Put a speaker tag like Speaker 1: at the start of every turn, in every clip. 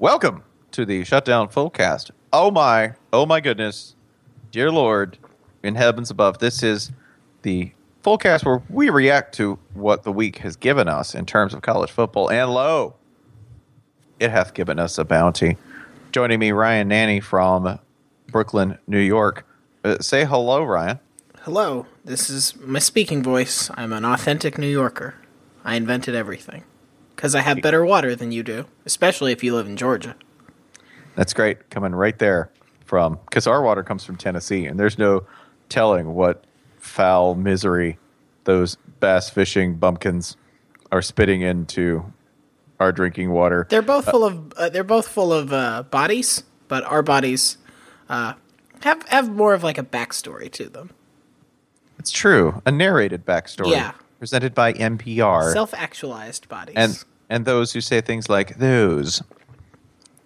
Speaker 1: Welcome to the Shutdown Fullcast. Oh my, oh my goodness, dear Lord in heavens above, this is the Fullcast where we react to what the week has given us in terms of college football. And lo, it hath given us a bounty. Joining me, Ryan Nanny from Brooklyn, New York. Uh, say hello, Ryan.
Speaker 2: Hello, this is my speaking voice. I'm an authentic New Yorker. I invented everything. Because I have better water than you do, especially if you live in Georgia.
Speaker 1: That's great. Coming right there from because our water comes from Tennessee, and there's no telling what foul misery those bass fishing bumpkins are spitting into our drinking water.
Speaker 2: They're both full of uh, they're both full of uh, bodies, but our bodies uh, have have more of like a backstory to them,
Speaker 1: It's true. A narrated backstory.
Speaker 2: Yeah.
Speaker 1: Presented by NPR.
Speaker 2: self actualized bodies.
Speaker 1: and and those who say things like those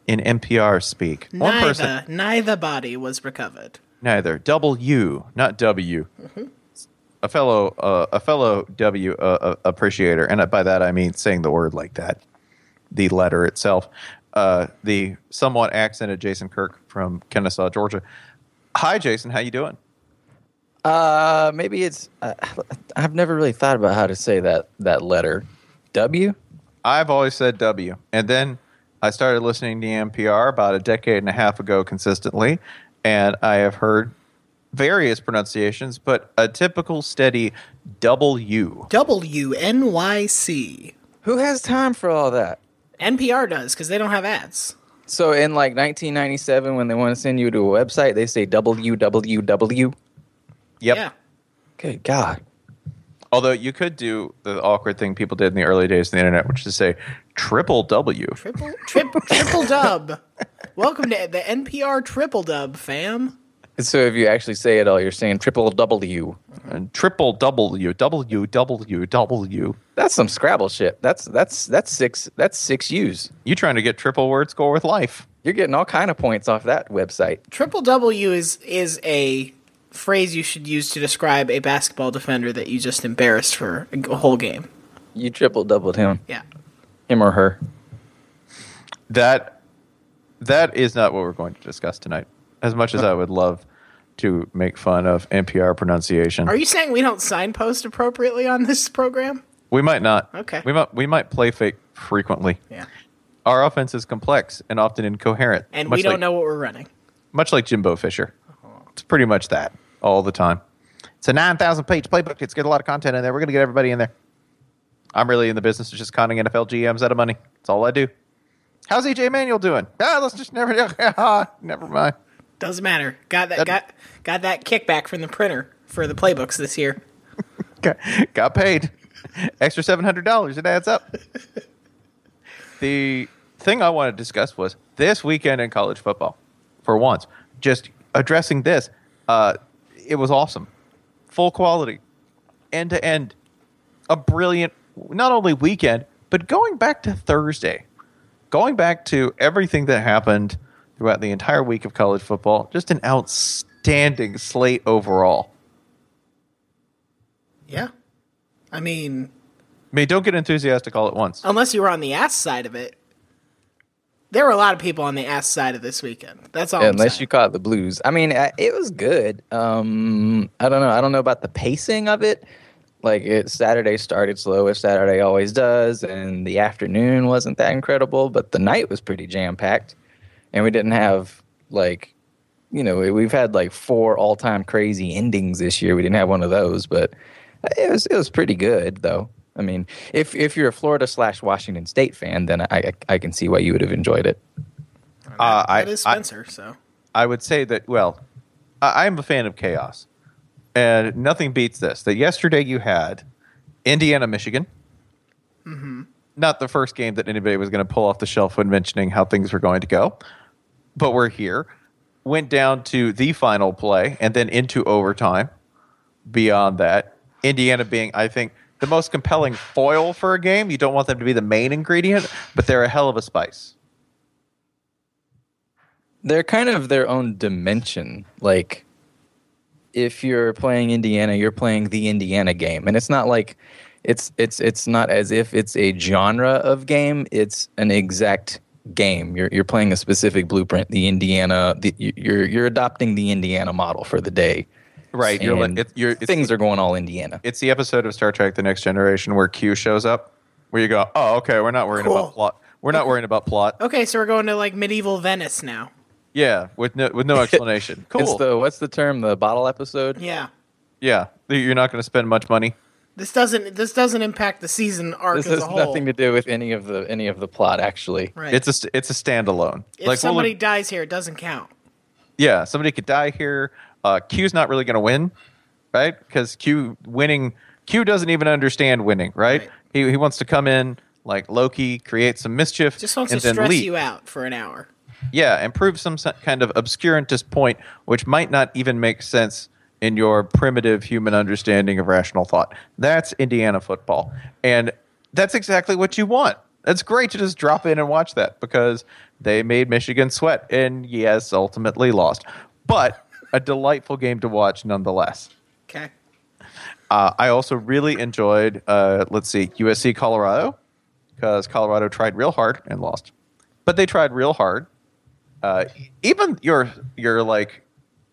Speaker 1: in NPR speak. One
Speaker 2: neither
Speaker 1: person
Speaker 2: neither body was recovered.
Speaker 1: neither. W, not W. A fellow, uh, a fellow W uh, uh, appreciator, and by that I mean saying the word like that, the letter itself. Uh, the somewhat accented Jason Kirk from Kennesaw, Georgia. Hi, Jason. How you doing?
Speaker 3: Uh, maybe it's. Uh, I've never really thought about how to say that that letter. W.
Speaker 1: I've always said W. And then I started listening to E NPR about a decade and a half ago consistently, and I have heard various pronunciations, but a typical steady W.
Speaker 2: W N Y C
Speaker 3: Who has time for all that?
Speaker 2: NPR does because they don't have ads.
Speaker 3: So in like 1997, when they want to send you to a website, they say www.
Speaker 1: Yep.
Speaker 2: Yeah.
Speaker 3: Good God.
Speaker 1: Although you could do the awkward thing people did in the early days of the internet, which is say triple W.
Speaker 2: Triple trip, triple dub. Welcome to the NPR triple dub, fam.
Speaker 3: So if you actually say it all, you're saying triple W.
Speaker 1: And triple W, W, W, W.
Speaker 3: That's some Scrabble shit. That's that's that's six that's six U's.
Speaker 1: You trying to get triple word score with life.
Speaker 3: You're getting all kind of points off that website.
Speaker 2: Triple W is is a phrase you should use to describe a basketball defender that you just embarrassed for a g- whole game.
Speaker 3: You triple doubled him,
Speaker 2: Yeah.
Speaker 3: him or her.
Speaker 1: that that is not what we're going to discuss tonight. As much as I would love to make fun of NPR pronunciation,
Speaker 2: Are you saying we don't signpost appropriately on this program?
Speaker 1: we might not.
Speaker 2: Okay.
Speaker 1: we might we might play fake frequently.
Speaker 2: Yeah.
Speaker 1: Our offense is complex and often incoherent,
Speaker 2: And
Speaker 1: much
Speaker 2: we don't
Speaker 1: like-
Speaker 2: know what we're running.
Speaker 1: much like Jimbo Fisher. It's pretty much that all the time. It's a nine thousand page playbook. It's got a lot of content in there. We're gonna get everybody in there. I'm really in the business of just conning NFL GMs out of money. That's all I do. How's EJ Manuel doing? Ah, let's just never, never mind.
Speaker 2: Doesn't matter. Got that
Speaker 1: That-
Speaker 2: got got that kickback from the printer for the playbooks this year.
Speaker 1: got, got paid extra seven hundred dollars. It adds up. the thing I want to discuss was this weekend in college football. For once, just addressing this, uh, it was awesome, full quality, end to end, a brilliant not only weekend but going back to Thursday, going back to everything that happened throughout the entire week of college football. Just an outstanding slate overall.
Speaker 2: Yeah. I mean,
Speaker 1: I mean, don't get enthusiastic all at once.
Speaker 2: unless you were on the ass side of it. There were a lot of people on the ass side of this weekend. That's all. I'm
Speaker 3: unless
Speaker 2: saying.
Speaker 3: you caught the blues. I mean, I, it was good. Um, I don't know. I don't know about the pacing of it. Like it, Saturday started slow, as Saturday always does, and the afternoon wasn't that incredible, but the night was pretty jam packed, and we didn't have like, you know, we- we've had like four all time crazy endings this year. We didn't have one of those, but it was it was pretty good though. I mean, if if you're a Florida slash Washington State fan, then I, I I can see why you would have enjoyed it.
Speaker 1: Uh, I,
Speaker 2: It is
Speaker 1: I,
Speaker 2: Spencer, so
Speaker 1: I would say that, well, I, I'm a fan of chaos. And nothing beats this. That yesterday you had Indiana, Michigan.
Speaker 2: Mm-hmm.
Speaker 1: Not the first game that anybody was going to pull off the shelf when mentioning how things were going to go. But we're here. Went down to the final play and then into overtime. Beyond that, Indiana being, I think, the most compelling foil for a game. You don't want them to be the main ingredient, but they're a hell of a spice.
Speaker 3: they're kind of their own dimension. Like if you're playing Indiana, you're playing the Indiana game, and it's not like it's it's it's not as if it's a genre of game. It's an exact game. You're you're playing a specific blueprint. The Indiana, the, you're you're adopting the Indiana model for the day.
Speaker 1: Right. You're like
Speaker 3: And
Speaker 1: it, you're, it's,
Speaker 3: things are going all Indiana.
Speaker 1: it's the episode of Star Trek: The Next Generation where Q shows up, where you go, oh, okay, we're not worrying
Speaker 2: Cool.
Speaker 1: about plot. We're not worrying about plot.
Speaker 2: Okay, so we're going to like medieval Venice now.
Speaker 1: Yeah, with no with no explanation. Cool.
Speaker 3: It's the what's the term? The bottle episode.
Speaker 2: Yeah.
Speaker 1: yeah, you're not going to spend much money.
Speaker 2: This doesn't this doesn't impact the season arc
Speaker 3: This
Speaker 2: as
Speaker 3: has
Speaker 2: a whole.
Speaker 3: nothing to do with any of the any of the plot actually.
Speaker 2: right.
Speaker 1: It's a st- it's a standalone.
Speaker 2: if
Speaker 1: we'll
Speaker 2: somebody
Speaker 1: look-
Speaker 2: dies here, it doesn't count.
Speaker 1: yeah, somebody could die here. Uh, Q's not really going to win, right? Because Q winning, Q doesn't even understand winning, right?
Speaker 2: Right.
Speaker 1: He he wants to come in like Loki, create some mischief,
Speaker 2: Just wants
Speaker 1: and
Speaker 2: to
Speaker 1: then
Speaker 2: stress
Speaker 1: leave.
Speaker 2: you out for an hour.
Speaker 1: Yeah, and prove some se- kind of obscurantist point, which might not even make sense in your primitive human understanding of rational thought. That's Indiana football. And that's exactly what you want. That's great to just drop in and watch that because they made Michigan sweat and, yes, ultimately lost. But a delightful game to watch nonetheless.
Speaker 2: Okay.
Speaker 1: Uh, I also really enjoyed, uh, let's see, USC Colorado, because Colorado tried real hard and lost. But they tried real hard. Uh, even your your like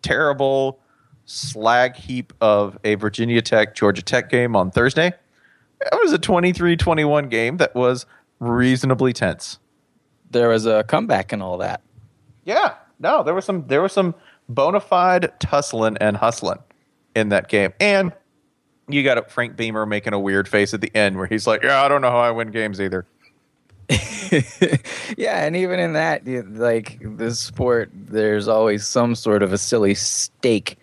Speaker 1: terrible slag heap of a Virginia Tech Georgia Tech game on Thursday, it was a 23-21 game that was reasonably tense.
Speaker 3: There was a comeback and all that.
Speaker 1: Yeah, no, there was some there was some bona fide tussling and hustling in that game, and you got Frank Beamer making a weird face at the end where he's like, "Yeah, I don't know how I win games either."
Speaker 3: yeah, and even in that, you- like this sport, there's always some sort of a silly stake.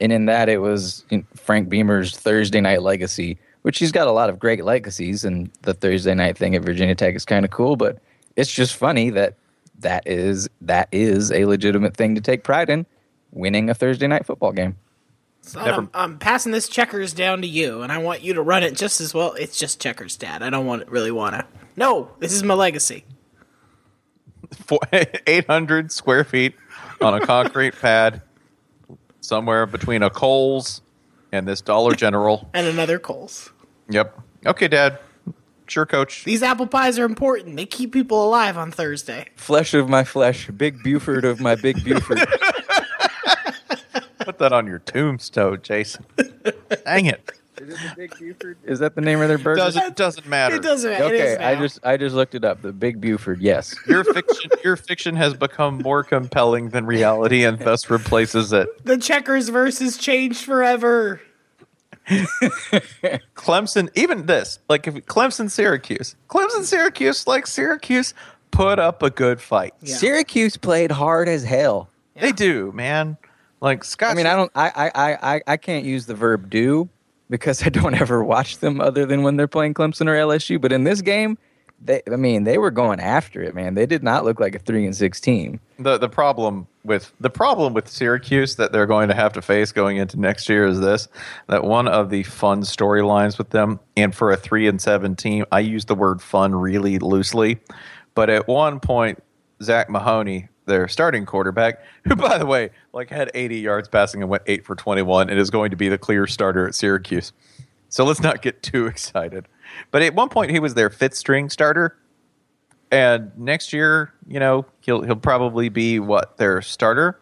Speaker 3: And in that, it was you know, Frank Beamer's Thursday night legacy, which he's got a lot of great legacies. And the Thursday night thing at Virginia Tech is kind of cool, but it's just funny that that is that is a legitimate thing to take pride in, winning a Thursday night football game.
Speaker 2: Son,
Speaker 1: Never-
Speaker 2: I'm, I'm passing this checkers down to you, and I want you to run it just as well. It's just checkers, Dad. I don't want really wanna. No, this is my legacy.
Speaker 1: Eight hundred square feet on a concrete pad somewhere between a Coles and this Dollar General.
Speaker 2: And another Coles.
Speaker 1: Yep. Okay, Dad. Sure, Coach.
Speaker 2: These apple pies are important. They keep people alive on Thursday.
Speaker 3: Flesh of my flesh, big Buford of my big Buford.
Speaker 1: Put that on your tombstone, Jason. Dang it!
Speaker 3: is that the name of their burger?
Speaker 1: Doesn't doesn't matter.
Speaker 2: It doesn't matter. it
Speaker 3: okay,
Speaker 2: is
Speaker 3: I
Speaker 2: now.
Speaker 3: just I just looked it up. The Big Buford, yes.
Speaker 1: your fiction your fiction has become more compelling than reality and thus replaces it.
Speaker 2: the checkers versus changed forever.
Speaker 1: Clemson, even this, like if Clemson Syracuse. Clemson Syracuse, like Syracuse put up a good fight.
Speaker 2: Yeah.
Speaker 3: Syracuse played hard as hell.
Speaker 1: They do, man. Like Scott
Speaker 3: I mean, I don't I, I- I I I can't use the verb do because I don't ever watch them other than when they're playing Clemson or LSU. But in this game, they I mean they were going after it, man. They did not look like a three and six team.
Speaker 1: the the problem with the problem with Syracuse that they're going to have to face going into next year is this that one of the fun storylines with them and for a 3 and 7 team I use the word fun really loosely but at one point Zach Mahoney their starting quarterback who by the way like had 80 yards passing and went 8 for 21 and is going to be the clear starter at Syracuse so let's not get too excited but at one point he was their fifth string starter and next year, you know, he'll he'll probably be what their starter.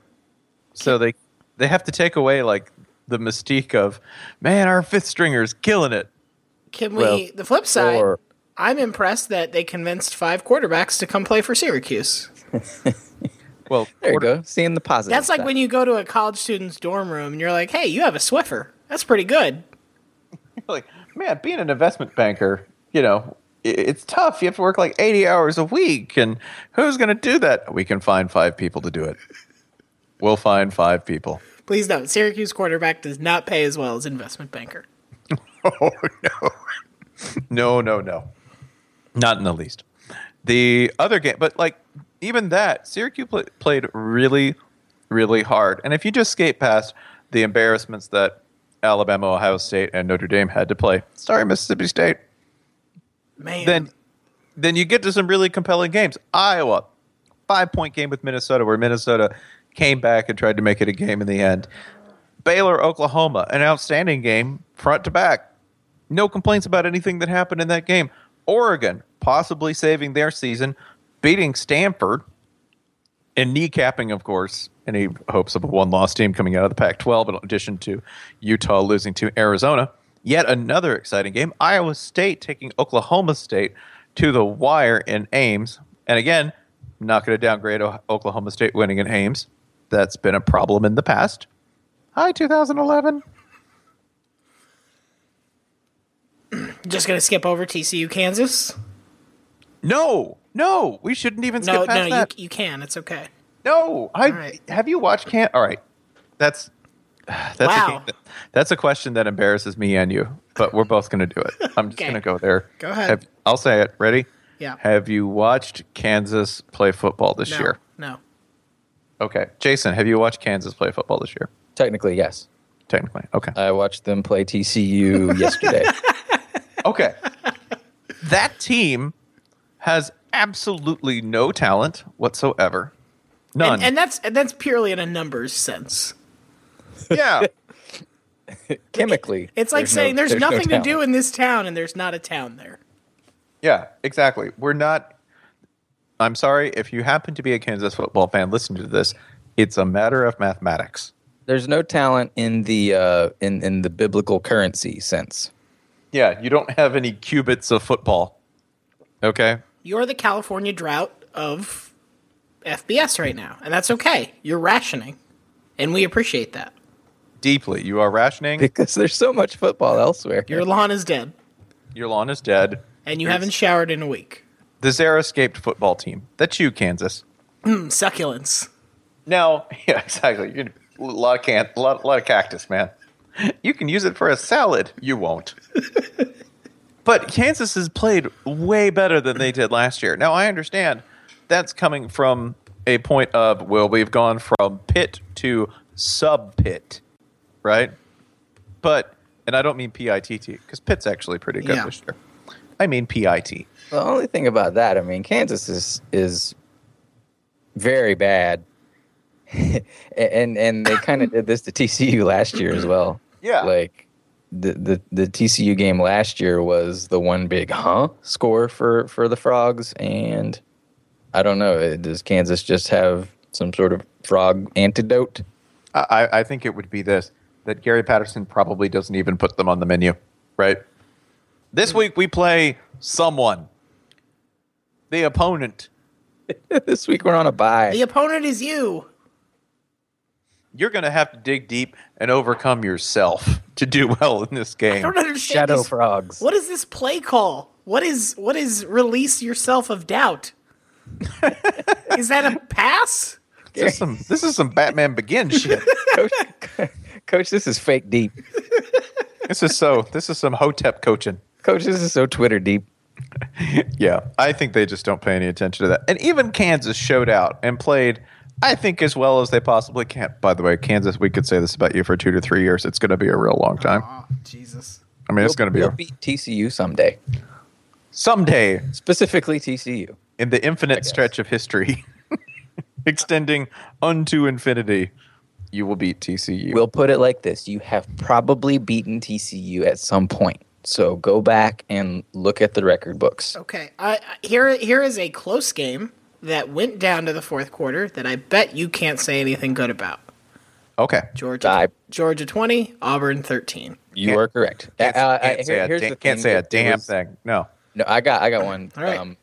Speaker 1: So they they have to take away like the mystique of, man, our fifth stringer's killing it.
Speaker 2: Can we?
Speaker 3: Well,
Speaker 2: the flip side,
Speaker 3: or-
Speaker 2: I'm impressed that they convinced five quarterbacks to come play for Syracuse.
Speaker 1: Well,
Speaker 3: There you
Speaker 1: quarter-
Speaker 3: go, seeing the positive.
Speaker 2: That's like when you go to a college student's dorm room and you're like, "Hey, you have a Swiffer. That's pretty good."
Speaker 1: like man, being an investment banker, you know, i- it's tough. You have to work like eighty hours a week, and who's going to do that? We can find five people to do it. We'll find five people.
Speaker 2: Please note, Syracuse quarterback does not pay as well as investment banker.
Speaker 1: Oh no, no, no, no, not in the least. The other game, but like even that, Syracuse pl- played really, really hard. And if you just skate past the embarrassments that Alabama, Ohio State, and Notre Dame had to play, sorry Mississippi State,
Speaker 2: Man,
Speaker 1: then then you get to some really compelling games. Iowa, five point game with Minnesota, where Minnesota came back and tried to make it a game in the end. Baylor, Oklahoma, an outstanding game front to back. No complaints about anything that happened in that game. Oregon, possibly saving their season, beating Stanford and kneecapping, of course, any hopes of a one loss team coming out of the Pac 12, in addition to Utah losing to Arizona. Yet another exciting game Iowa State taking Oklahoma State to the wire in Ames. And again, I'm not going to downgrade O- Oklahoma State winning in Ames. That's been a problem in the past. Hi, 2011.
Speaker 2: Just gonna skip over TCU Kansas.
Speaker 1: No, no, we shouldn't even skip
Speaker 2: No,
Speaker 1: past
Speaker 2: no, you,
Speaker 1: that.
Speaker 2: you can. It's okay.
Speaker 1: No, I
Speaker 2: right.
Speaker 1: have you watched Can? All right, that's that's
Speaker 2: Wow.
Speaker 1: a game that, that's a question that embarrasses me and you, but we're both going to do it. I'm just
Speaker 2: Okay.
Speaker 1: going to go there.
Speaker 2: Go ahead.
Speaker 1: Have- I'll say it. Ready?
Speaker 2: Yeah.
Speaker 1: Have you watched Kansas play football this
Speaker 2: No,
Speaker 1: year?
Speaker 2: no.
Speaker 1: Okay, Jason, have you watched Kansas play football this year?
Speaker 3: Technically, yes.
Speaker 1: Technically, okay,
Speaker 3: I watched them play TCU yesterday.
Speaker 1: okay. that team has absolutely no talent whatsoever. None.
Speaker 2: And, and that's and that's purely in a numbers sense.
Speaker 1: yeah.
Speaker 3: Chemically,
Speaker 2: It's like
Speaker 3: there's no-
Speaker 2: saying there's,
Speaker 3: no
Speaker 2: nothing to
Speaker 3: talent.
Speaker 2: do in this town, and there's not a town there.
Speaker 1: Yeah, exactly. We're not. I'm sorry if you happen to be a Kansas football fan. Listen to this. It's a matter of mathematics.
Speaker 3: There's no talent in the uh, in in the biblical currency sense.
Speaker 1: Yeah, you don't have any cubits of football. Okay.
Speaker 2: You're the California drought of FBS right now, and that's okay. You're rationing, and we appreciate that.
Speaker 1: Deeply, you are rationing.
Speaker 3: because there's so much football elsewhere.
Speaker 2: Your lawn is dead,
Speaker 1: Your lawn is dead.
Speaker 2: and you haven't showered in a week.
Speaker 1: The Zara-scaped football team. That's you, Kansas.
Speaker 2: Mm, Succulents.
Speaker 1: Now, yeah, exactly. You a lot of can, a lot, lot of cactus, man. You can use it for a salad. You won't. but Kansas has played way better than they did last year. Now, I understand that's coming from a point of well, we've gone from pit to sub pit, right? But and I don't mean PITT because pit's actually pretty good
Speaker 2: Yeah.
Speaker 1: this year. I mean PIT.
Speaker 3: The only thing about that, I mean, Kansas is is very bad, and and they kind of did this to TCU last year as well.
Speaker 1: Yeah.
Speaker 3: like the, the the TCU game last year was the one big huh score for for the frogs, and I don't know, uh, does Kansas just have some sort of frog antidote?
Speaker 1: I, I think it would be this that Gary Patterson probably doesn't even put them on the menu, right?
Speaker 2: Hmm.
Speaker 1: This week we play someone, the opponent.
Speaker 3: this week we're on a bye.
Speaker 2: The opponent is you.
Speaker 1: You're going to have to dig deep and overcome yourself to do well in this
Speaker 2: I
Speaker 1: game.
Speaker 2: don't understand.
Speaker 3: Shadow
Speaker 2: this-
Speaker 3: frogs.
Speaker 2: What is this play call? What is what is release yourself of doubt? is that a pass?
Speaker 1: This is some, this is some Batman Begin shit.
Speaker 3: coach, coach, this is fake deep.
Speaker 1: This is so. This is some Hotep coaching.
Speaker 3: Coach, this is so Twitter deep.
Speaker 1: Yeah, I think they just don't pay any attention to that. And even Kansas showed out and played, I think, as well as they possibly can. By the way, Kansas, we could say this about you for two to three years. It's going to be a real long time.
Speaker 2: Oh, Jesus.
Speaker 1: I mean, it's going to be
Speaker 3: We'll
Speaker 1: a,
Speaker 3: beat TCU someday,
Speaker 1: someday
Speaker 3: specifically TCU.
Speaker 1: in the infinite stretch of history, extending unto infinity. You will beat TCU.
Speaker 3: We'll put it like this: you have probably beaten TCU at some point. So go back and look at the record books.
Speaker 1: Oh,
Speaker 2: Okay. I, I- here here is a close game that went down to the fourth quarter that I bet you can't say anything good about.
Speaker 1: okay.
Speaker 2: Georgia
Speaker 3: I-
Speaker 2: Georgia 20, Auburn 13.
Speaker 3: You
Speaker 1: Can't-
Speaker 3: are correct.
Speaker 1: Can't,
Speaker 3: Uh, uh,
Speaker 1: can't
Speaker 3: here-
Speaker 1: say, a,
Speaker 3: here's
Speaker 1: da-
Speaker 3: the
Speaker 1: can't
Speaker 3: thing
Speaker 1: say a
Speaker 3: that there
Speaker 1: damn
Speaker 3: was-
Speaker 1: thing. No.
Speaker 3: No, I got, I got one.
Speaker 2: All right.
Speaker 3: um,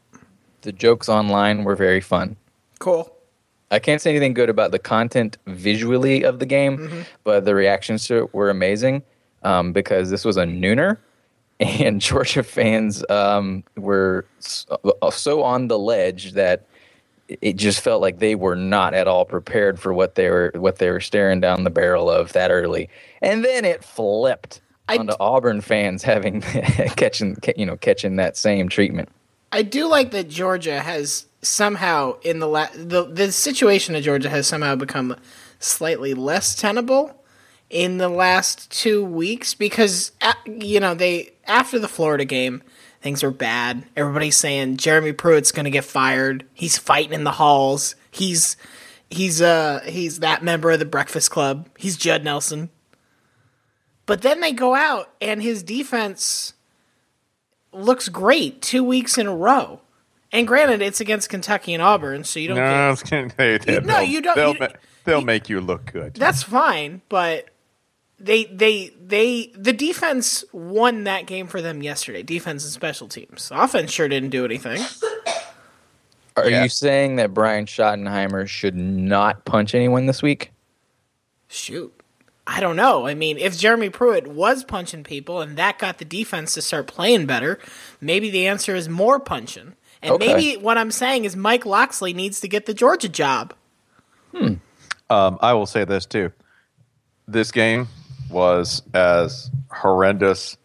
Speaker 3: the jokes online were very fun.
Speaker 2: Cool.
Speaker 3: I can't say anything good about the content visually of the game,
Speaker 2: Mm-hmm.
Speaker 3: but the reactions to it were amazing um, because this was a nooner, and Georgia fans um, were so, so on the ledge that it just felt like they were not at all prepared for what they were what they were staring down the barrel of that early, and then it flipped
Speaker 2: I
Speaker 3: onto
Speaker 2: d-
Speaker 3: Auburn fans having catching ca- you know catching that same treatment.
Speaker 2: I do like that Georgia has somehow in the la- the the situation of Georgia has somehow become slightly less tenable in the last 2 weeks because a you know they after the Florida game things were bad everybody's saying Jeremy Pruitt's going to get fired he's fighting in the halls he's he's uh he's that member of the Breakfast Club he's Judd Nelson but then they go out and his defense looks great two weeks in a row. And granted, it's against Kentucky and Auburn, so you don't.
Speaker 1: No,
Speaker 2: get-
Speaker 1: I was gonna- they, they,
Speaker 2: You- no,
Speaker 1: they'll-
Speaker 2: you don't-
Speaker 1: They'll,
Speaker 2: you-
Speaker 1: ma- they'll make you look good.
Speaker 2: That's fine, but they they they the defense won that game for them yesterday. Defense and special teams. Offense sure didn't do anything.
Speaker 3: Are
Speaker 1: Yeah.
Speaker 3: you saying that Brian Schottenheimer should not punch anyone this week?
Speaker 2: Shoot. I don't know. I mean, if Jeremy Pruitt was punching people and that got the defense to start playing better, maybe the answer is more punching. And
Speaker 3: Okay.
Speaker 2: maybe what I'm saying is Mike Loxley needs to get the Georgia job.
Speaker 1: Um, I will say this too. This game was as horrendous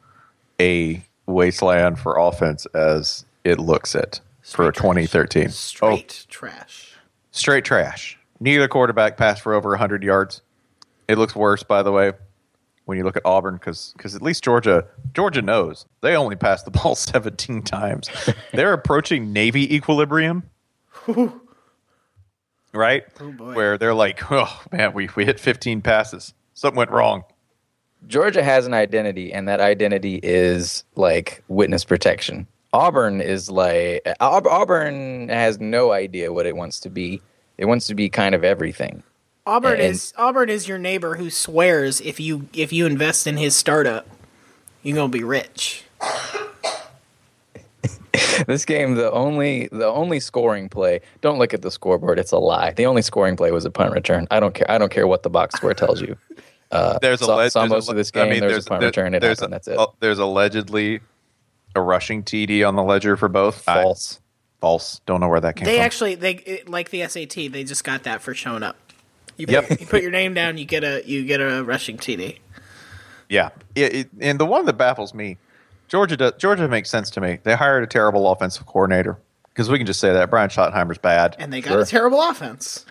Speaker 1: a wasteland for offense as it looks it for 2013.
Speaker 2: Straight trash.
Speaker 1: Oh, straight trash. Neither quarterback passed for over 100 yards. It looks worse, by the way, when you look at Auburn because at least Georgia Georgia knows they only passed the ball 17 times. They're approaching Navy equilibrium right?
Speaker 2: Oh, boy.
Speaker 1: Where they're like, oh man, we, we hit 15 passes. Something went wrong.
Speaker 3: Georgia has an identity, and that identity is like witness protection. Auburn is like Aub- Auburn has no idea what it wants to be. It wants to be kind of everything.
Speaker 2: Auburn
Speaker 3: And-
Speaker 2: is Auburn is your neighbor who swears if you if you invest in his startup, you're gonna be rich.
Speaker 3: This game, the only the only scoring play. Don't look at the scoreboard; it's a lie. The only scoring play was a punt return. I don't care. I don't care what the box score tells you. Uh,
Speaker 1: There's
Speaker 3: saw-
Speaker 1: alleg-
Speaker 3: saw
Speaker 1: there's
Speaker 3: most
Speaker 1: ale-
Speaker 3: of this game. there's, a punt
Speaker 1: there-
Speaker 3: return. It
Speaker 1: there's
Speaker 3: happened. That's it.
Speaker 1: uh, there's allegedly a rushing TD on the ledger for both. I-
Speaker 3: False.
Speaker 1: false. Don't know where that came
Speaker 2: They
Speaker 1: from.
Speaker 2: actually they it- like the SAT. They just got that for showing up. You put,
Speaker 1: Yep.
Speaker 2: you put your name down, you get a you get a rushing TD.
Speaker 1: yeah. It- it- and the one that baffles me, Georgia does, Georgia makes sense to me. They hired a terrible offensive coordinator because we can just say that Brian Schottenheimer's bad.
Speaker 2: and they got
Speaker 3: Sure.
Speaker 2: a terrible offense.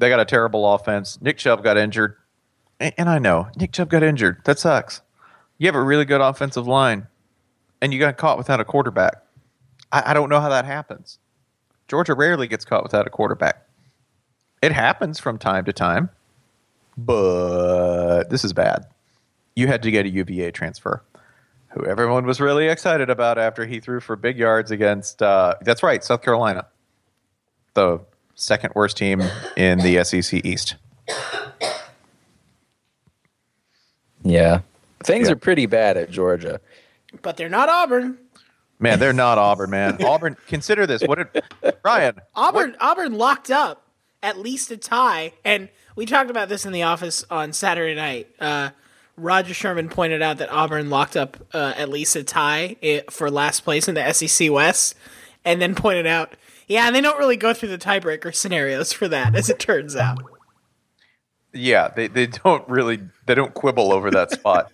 Speaker 1: they got a terrible offense. Nick Chubb got injured. And, and I know Nick Chubb got injured. That sucks. You have a really good offensive line and you got caught without a quarterback. I, I don't know how that happens. Georgia rarely gets caught without a quarterback. It happens from time to time, but this is bad. You had to get a UVA transfer, who everyone was really excited about after he threw for big yards against, uh, that's right, South Carolina the second worst team in the SEC East.
Speaker 3: Yeah, things
Speaker 1: Yeah.
Speaker 3: are pretty bad at Georgia.
Speaker 2: But they're not Auburn.
Speaker 1: Man, they're not Auburn, man. Auburn, consider this. What did Ryan?
Speaker 2: Auburn Auburn locked up at least a tie, and we talked about this in the office on Saturday night. Uh, Roger Sherman pointed out that Auburn locked up uh, at least a tie i- for last place in the SEC West, and then pointed out, yeah, and they don't really go through the tiebreaker scenarios for that, as it turns out.
Speaker 1: Yeah, they, they don't really they don't quibble over that spot.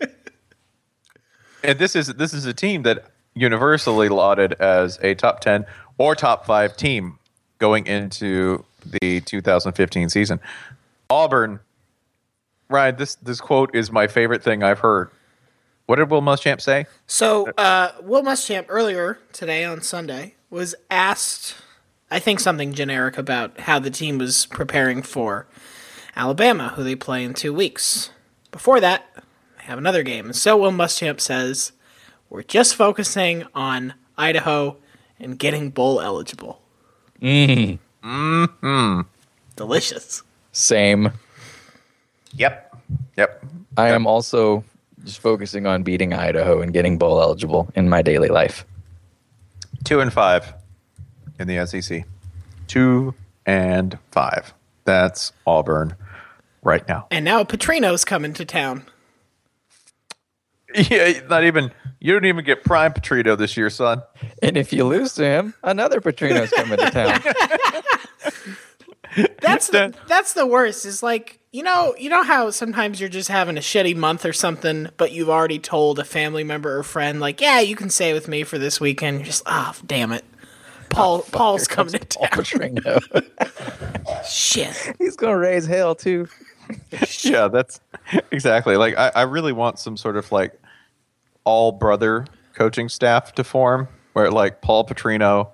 Speaker 1: and this is this is a team that universally lauded as a top ten or top five team going into the 2015 season. Auburn, Ryan, this this quote is my favorite thing I've heard. What did Will Muschamp say?
Speaker 2: So, uh, Will Muschamp earlier today on Sunday was asked, I think, something generic about how the team was preparing for Alabama, who they play in two weeks. Before that, they have another game. And so, Will Muschamp says, We're just focusing on Idaho and getting bowl eligible. Mmm.
Speaker 1: Mm-hmm.
Speaker 2: Mmm. Delicious.
Speaker 3: Same.
Speaker 1: Yep. Yep.
Speaker 3: I am also just focusing on beating Idaho and getting bowl eligible in my daily life.
Speaker 1: Two and five in the SEC. Two and five. That's Auburn right now.
Speaker 2: And now Petrino's coming to town.
Speaker 1: Yeah, not even you don't even get prime Petrito this year, son.
Speaker 3: And if you lose to him, another Petrino's coming to town.
Speaker 2: That's the,
Speaker 1: That-
Speaker 2: that's the worst. Is like you know you know how sometimes you're just having a shitty month or something, but you've already told a family member or friend like, yeah, you can stay with me for this weekend. You're just ah, damn it. Paul Paul's coming to
Speaker 3: Paul
Speaker 2: town.
Speaker 3: Petrino.
Speaker 2: Shit.
Speaker 3: He's gonna raise hell too.
Speaker 1: Yeah, that's exactly. Like I, I really want some sort of like all brother coaching staff to form where like Paul Petrino,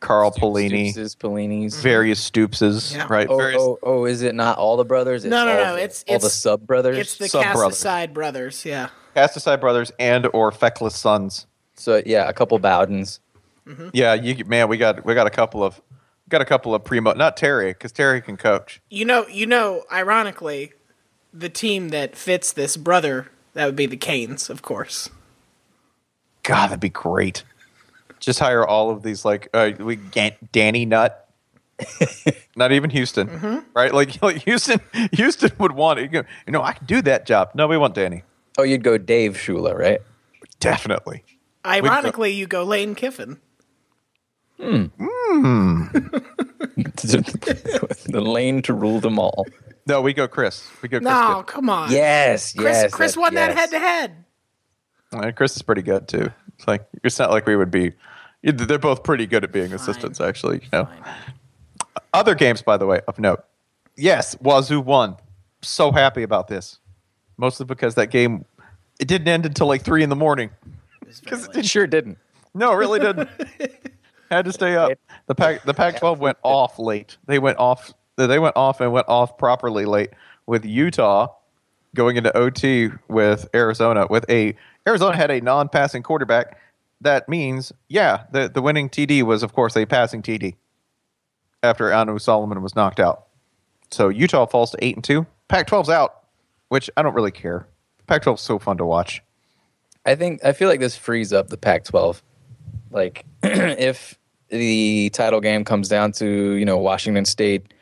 Speaker 1: Carl Polini,
Speaker 3: Stoops' Pelini's.
Speaker 1: various Stoopses,
Speaker 2: Yeah.
Speaker 1: right?
Speaker 3: Oh,
Speaker 1: various,
Speaker 3: oh, oh, is it not all the brothers? It's
Speaker 2: No, no,
Speaker 3: all
Speaker 2: no,
Speaker 3: the-
Speaker 2: it's-
Speaker 3: all the
Speaker 2: it's-
Speaker 3: sub brothers.
Speaker 2: It's the
Speaker 1: Sub
Speaker 2: cast
Speaker 1: brothers.
Speaker 2: aside brothers. Yeah.
Speaker 1: Castaside brothers and or feckless sons.
Speaker 3: so yeah, a couple Bowdens.
Speaker 1: Yeah, you man, we got we got a couple of got a couple of primo. Not Terry because Terry can coach.
Speaker 2: You know, you know. Ironically, the team that fits this brother that would be the Canes, of course.
Speaker 1: God, that'd be great. Just hire all of these like uh, we Gan- Danny Nut. Not even Houston, right? Like, like Houston, Houston would want it. You know, I can do that job. No, we want Danny.
Speaker 3: Oh, you'd go Dave Shula, right?
Speaker 1: Definitely.
Speaker 2: Ironically, you go Lane Kiffin.
Speaker 3: the lane to rule them all.
Speaker 1: No, we go Chris. We go Chris.
Speaker 2: No,
Speaker 1: Good.
Speaker 2: come on.
Speaker 3: Yes,
Speaker 2: Chris,
Speaker 3: yes.
Speaker 2: Chris won that
Speaker 3: yes.
Speaker 2: head to head.
Speaker 1: Uh, Chris is pretty good too. It's like it's not like we would be. They're both pretty good at being assistants, actually. You know. Other games, by the way, of note. Yes, Wazoo won. So happy about this. Mostly because that game it didn't end until like three in the morning. Because it
Speaker 3: It
Speaker 1: didn't.
Speaker 3: sure didn't.
Speaker 1: No, it really didn't. Had to stay up. The pack the Pac-12 went off late. They went off. They went off and went off properly late with Utah going into OT with Arizona with a Arizona had a non-passing quarterback. That means yeah, the the winning TD was of course a passing TD after Anu Solomon was knocked out. So Utah falls to eight and two. Pac-12's out, which I don't really care. Pac-12's so fun to watch.
Speaker 3: I think I feel like this frees up the Pac-12. Like if the title game comes down to you know Washington State,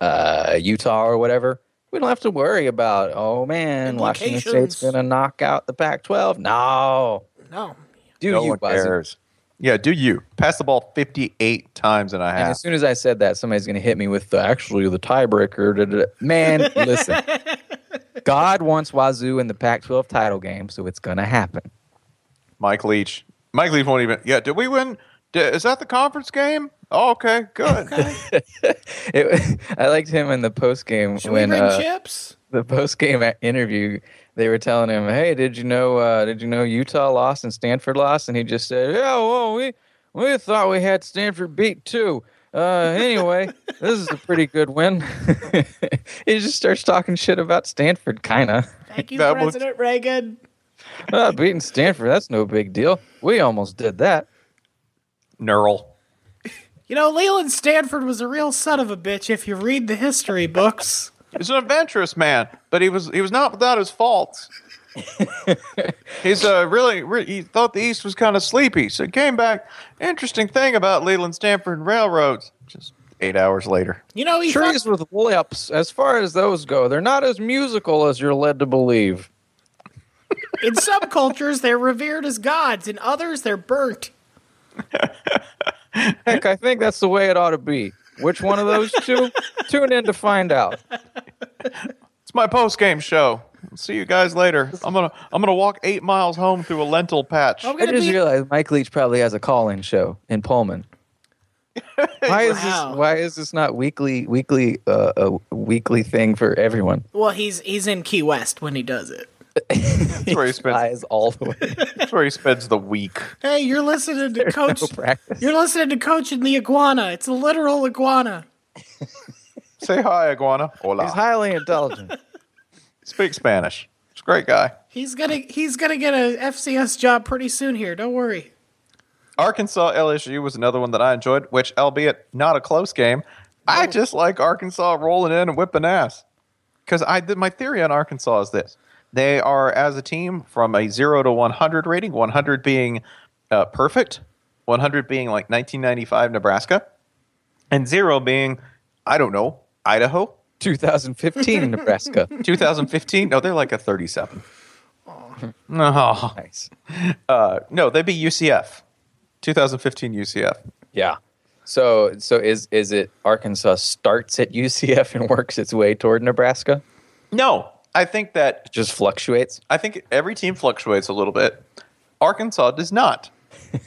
Speaker 3: uh, Utah or whatever, we don't have to worry about oh man, Washington State's
Speaker 2: Implications.
Speaker 3: gonna knock out the Pac-12. No,
Speaker 2: No.
Speaker 3: do
Speaker 1: no
Speaker 3: you?
Speaker 1: one
Speaker 3: Wazoo.
Speaker 1: cares. Yeah, do you pass the ball fifty-eight times and a
Speaker 3: And
Speaker 1: half?
Speaker 3: as soon as I said that, somebody's going to hit me with the actually the tiebreaker. da, da, da. Man, listen. God wants Wazoo in the Pac 12 title game, so it's going to happen.
Speaker 1: Mike Leach. Mike Leach won't even. Yeah, did we win? Did, is that the conference game? Oh, okay, good.
Speaker 3: It, I liked him in the post game
Speaker 2: Should
Speaker 3: when
Speaker 2: we bring
Speaker 3: uh,
Speaker 2: chips?
Speaker 3: the post game interview they were telling him, "Hey, did you know? Uh, did you know Utah lost and Stanford lost?" And he just said, "Yeah, well, we we thought we had Stanford beat too. Uh, anyway, this is a pretty good win." he just starts talking shit about Stanford, kind of.
Speaker 2: Thank you,
Speaker 1: That was-
Speaker 2: President Reagan.
Speaker 3: Ah, beating Stanford, that's no big deal. We almost did that.
Speaker 1: Neural.
Speaker 2: You know, Leland Stanford was a real son of a bitch if you read the history books.
Speaker 1: He's an adventurous man, but he was he was not without his faults. He's uh, really re- he thought the East was kind of sleepy, so he came back. Interesting thing about Leland Stanford and railroads. Just eight hours later.
Speaker 2: You know, he fucked-
Speaker 3: Trees with layups, as far as those go, they're not as musical as you're led to believe.
Speaker 2: in some cultures they're revered as gods, in others they're burnt.
Speaker 3: Heck, I think that's the way it ought to be. Which one of those two? Tune in to find out.
Speaker 1: It's my post game show. See you guys later. I'm gonna I'm gonna walk eight miles home through a lentil patch.
Speaker 2: I'm
Speaker 3: I
Speaker 2: gonna
Speaker 3: just
Speaker 2: be
Speaker 3: realized Mike Leach probably has a call-in show in Pullman. Why is
Speaker 2: Wow.
Speaker 3: this? Why is this not weekly? Weekly? Uh, a weekly thing for everyone?
Speaker 2: well. He's he's in Key West when he does it.
Speaker 1: That's where he spends.
Speaker 3: Eyes all the way
Speaker 1: That's where he spends the week.
Speaker 2: Hey, you're listening to Coach.
Speaker 3: to practice.
Speaker 2: you're listening to Coach and the Iguana. It's a literal iguana.
Speaker 1: Say hi, iguana. Hola.
Speaker 3: He's highly intelligent.
Speaker 1: Speak Spanish. He's a great guy.
Speaker 2: He's gonna he's gonna get a FCS job pretty soon here. Don't worry.
Speaker 1: Arkansas LSU was another one that I enjoyed, which, albeit not a close game, I just like Arkansas rolling in and whipping ass. Because I did my theory on Arkansas is this: they are as a team from a zero to one hundred rating, one hundred being uh, perfect, one hundred being like nineteen ninety five Nebraska, and zero being I don't know Idaho
Speaker 3: 2015 Nebraska.
Speaker 1: two thousand fifteen. no, they're like a thirty seven. No.
Speaker 3: Nice.
Speaker 1: Uh, no, they beat UCF, 2015 UCF.
Speaker 3: Yeah. So so is is it Arkansas starts at UCF and works its way toward Nebraska?
Speaker 1: No, I think that
Speaker 3: Just fluctuates.
Speaker 1: I think every team fluctuates a little bit. Arkansas does not.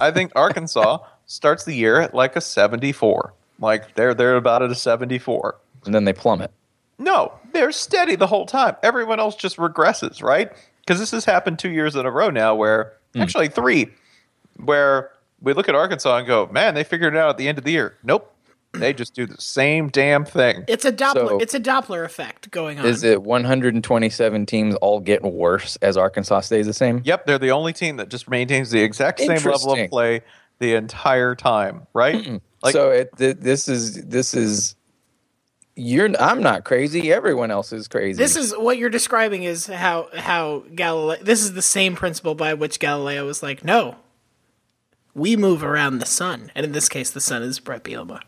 Speaker 1: I think Arkansas starts the year at like a 74. Like they're they're about at a 74.
Speaker 3: And then they plummet.
Speaker 1: No, they're steady the whole time. Everyone else just regresses, right? Because this has happened two years in a row now, where
Speaker 3: Hmm.
Speaker 1: actually three, where we look at Arkansas and go, man, they figured it out at the end of the year. Nope. They just do the same damn thing.
Speaker 2: It's a Doppler.
Speaker 3: So-
Speaker 2: it's a Doppler effect going on.
Speaker 3: Is it 127 teams all get worse as Arkansas stays the same?
Speaker 1: Yep, they're the only team that just maintains the exact same level of
Speaker 3: Interesting.
Speaker 1: play the entire time, right? Like,
Speaker 3: so it, th- this is this is you're I'm not crazy. Everyone else is crazy.
Speaker 2: This is what you're describing is how how Galileo. This is the same principle by which Galileo was like, no, we move around the sun, and in this case, the sun is Brett Bielma.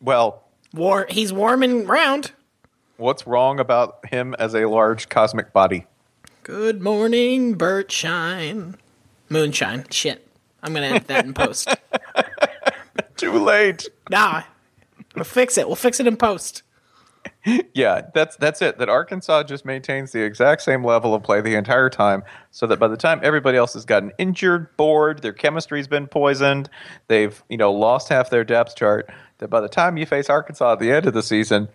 Speaker 1: well,
Speaker 2: War, he's warm and round.
Speaker 1: what's wrong about him as a large cosmic body?
Speaker 2: Good morning, Bertshine. Moonshine. Shit, I'm gonna edit that in post.
Speaker 1: Too late.
Speaker 2: Nah, we'll fix it. We'll fix it in post.
Speaker 1: Yeah, that's that's it. That Arkansas just maintains the exact same level of play the entire time, so that by the time everybody else has gotten injured, bored, their chemistry's been poisoned, they've you know lost half their depth chart. That by the time you face Arkansas at the end of the season,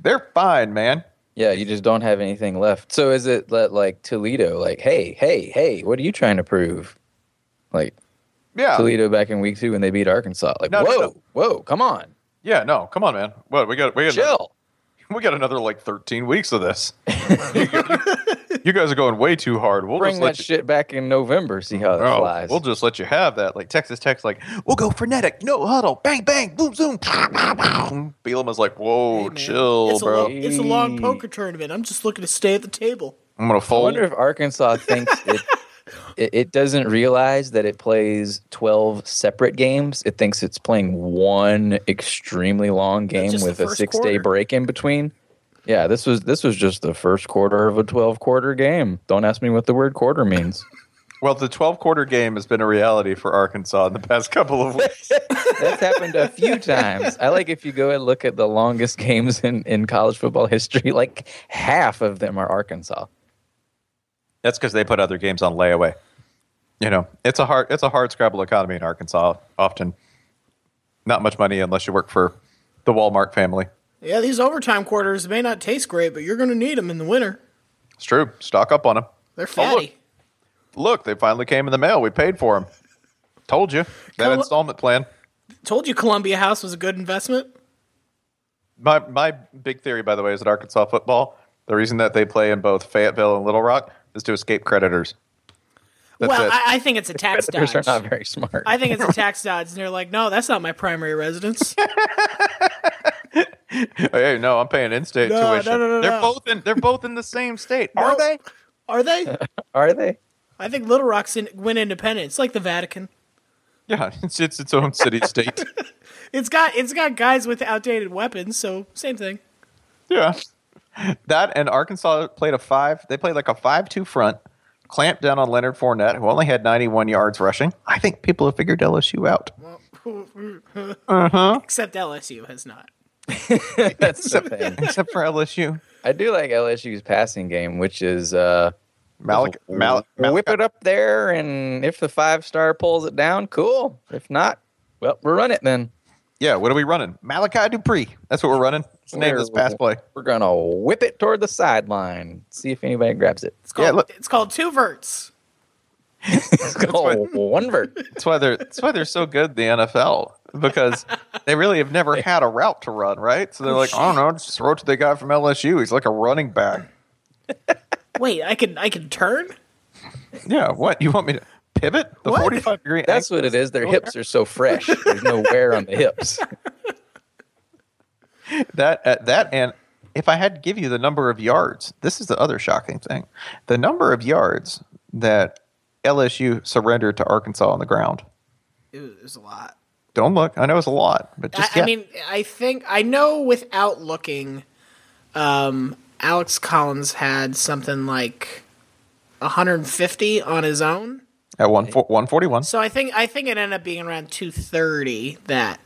Speaker 1: they're fine, man.
Speaker 3: yeah, you just don't have anything left. So is it let like Toledo like, "Hey, hey, hey, what are you trying to prove?" Like
Speaker 1: Yeah,
Speaker 3: Toledo back in week 2 when they beat Arkansas. Like,
Speaker 1: No, no,
Speaker 3: "Whoa,
Speaker 1: no.
Speaker 3: whoa, come on.
Speaker 1: yeah. No, come on, man. What we got? We got
Speaker 3: Chill."
Speaker 1: we got another like thirteen weeks of this. you guys are going way too hard. We'll
Speaker 3: Bring
Speaker 1: just let
Speaker 3: that
Speaker 1: you,
Speaker 3: shit back in November, see how it
Speaker 1: Oh,
Speaker 3: flies.
Speaker 1: we'll just let you have that. Like Texas Tech's like, we'll go frenetic, no huddle, bang bang, boom zoom. Bielema's like, whoa,
Speaker 2: Hey, man.
Speaker 1: chill,
Speaker 2: it's
Speaker 1: bro.
Speaker 2: A long, it's a long
Speaker 3: Hey.
Speaker 2: poker tournament. I'm just looking to stay at the table.
Speaker 1: I'm gonna
Speaker 3: I
Speaker 1: fold.
Speaker 3: wonder if Arkansas thinks it, it it doesn't realize that it plays 12 separate games. It thinks it's playing one extremely long game
Speaker 2: just the
Speaker 3: with a
Speaker 2: first
Speaker 3: 6-day
Speaker 2: quarter.
Speaker 3: break in between. Yeah, this was this was just the first quarter of a 12 quarter game. Don't ask me what the word quarter means.
Speaker 1: well, the 12 quarter game has been a reality for Arkansas in the past couple of weeks.
Speaker 3: That's happened a few times. I like if you go and look at the longest games in, in college football history, like half of them are Arkansas.
Speaker 1: That's because they put other games on layaway. You know, it's a hard it's a hard scrabble economy in Arkansas. Often, not much money unless you work for the Walmart family.
Speaker 2: Yeah, these overtime quarters may not taste great, but you're going to need them in the winter.
Speaker 1: It's true. Stock up on them.
Speaker 2: They're
Speaker 1: Oh, look.
Speaker 2: fatty.
Speaker 1: Look, they finally came in the mail. We paid for them. Told you that
Speaker 2: Col-
Speaker 1: installment plan.
Speaker 2: Told you Columbia House was a good investment.
Speaker 1: My my big theory, by the way, is that Arkansas football, the reason that they play in both Fayetteville and Little Rock is to escape creditors. That's
Speaker 2: well,
Speaker 1: it.
Speaker 2: I, I think it's a tax
Speaker 3: Predators are
Speaker 2: dodge.
Speaker 3: not very smart.
Speaker 2: I think it's a tax dodge, and they're like, no, that's not my primary residence.
Speaker 1: hey, no, I'm paying in-state
Speaker 2: No, no,
Speaker 1: tuition.
Speaker 2: no, no,
Speaker 1: they're
Speaker 2: no.
Speaker 1: both in they're both in the same state, are
Speaker 2: No.
Speaker 1: they?
Speaker 2: Are they?
Speaker 3: are they?
Speaker 2: I think Little Rock's in, went independent. It's like the Vatican.
Speaker 1: Yeah, it's it's its own city state.
Speaker 2: It's got it's got guys with outdated weapons, so same thing.
Speaker 1: Yeah. That and Arkansas played a five. They played like a five-two front, clamped down on Leonard Fournette, who only had 91 yards rushing. I think people have figured LSU out.
Speaker 2: Except LSU has not.
Speaker 3: That's the thing.
Speaker 1: except for LSU.
Speaker 3: I do like LSU's passing game, which is uh,
Speaker 1: Malik, Malik, Malik
Speaker 3: whip it up there, and if the five star pulls it down, cool. If not, well, we'll run it then.
Speaker 1: Yeah, what are we running? Malachi Dupree. That's what we're running. It's the name of this pass play.
Speaker 3: We're gonna whip it toward the sideline. See if anybody grabs it.
Speaker 2: It's called
Speaker 1: look-
Speaker 2: it's called two verts.
Speaker 3: It's called one vert.
Speaker 1: That's why they're that's why they're so good in the NFL because they really have never had a route to run, right? So they're like, I don't know, just throw it to the guy from LSU. He's like a running back.
Speaker 2: Wait, I can I can turn?
Speaker 1: Yeah, what you want me to pivot the
Speaker 2: What?
Speaker 1: forty-five degree?
Speaker 3: That's
Speaker 1: angle?
Speaker 3: what it is. Their hips are so fresh. There's no wear on the hips.
Speaker 1: that uh, that and if I had to give you the number of yards, this is the other shocking thing: the number of yards that LSU surrendered to Arkansas on the ground.
Speaker 2: It was, it was a lot.
Speaker 1: Don't look. I know it's a lot, but
Speaker 2: I,
Speaker 1: just
Speaker 2: I
Speaker 1: yeah.
Speaker 2: mean, I think I know without looking, um, Alex Collins had something like 150 on his own.
Speaker 1: at one one forty-one.
Speaker 2: So I think I think it ended up being around 230 that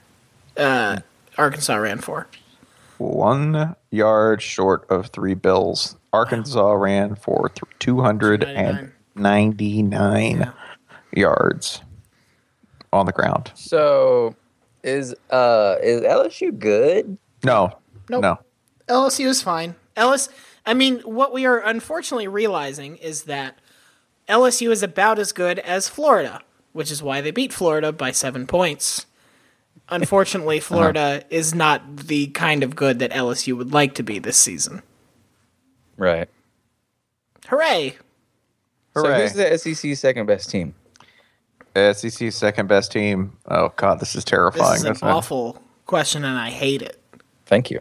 Speaker 2: uh, Arkansas ran for.
Speaker 1: one yard short of three bills. Arkansas ran for th- 299 yards on the ground.
Speaker 3: So, is uh is LSU good?
Speaker 1: No,
Speaker 2: Nope.
Speaker 1: no.
Speaker 2: LSU is fine. LS. I mean, what we are unfortunately realizing is that LSU is about as good as Florida, which is why they beat Florida by seven points. Unfortunately, Florida is not the kind of good that LSU would like to be this season.
Speaker 3: Right.
Speaker 2: Hooray!
Speaker 3: So
Speaker 1: Hooray.
Speaker 3: E who's the SEC second best team?
Speaker 1: SEC second best team. Oh God, this is terrifying.
Speaker 2: This is an
Speaker 1: isn't it?
Speaker 2: awful question, and I hate it.
Speaker 3: Thank you.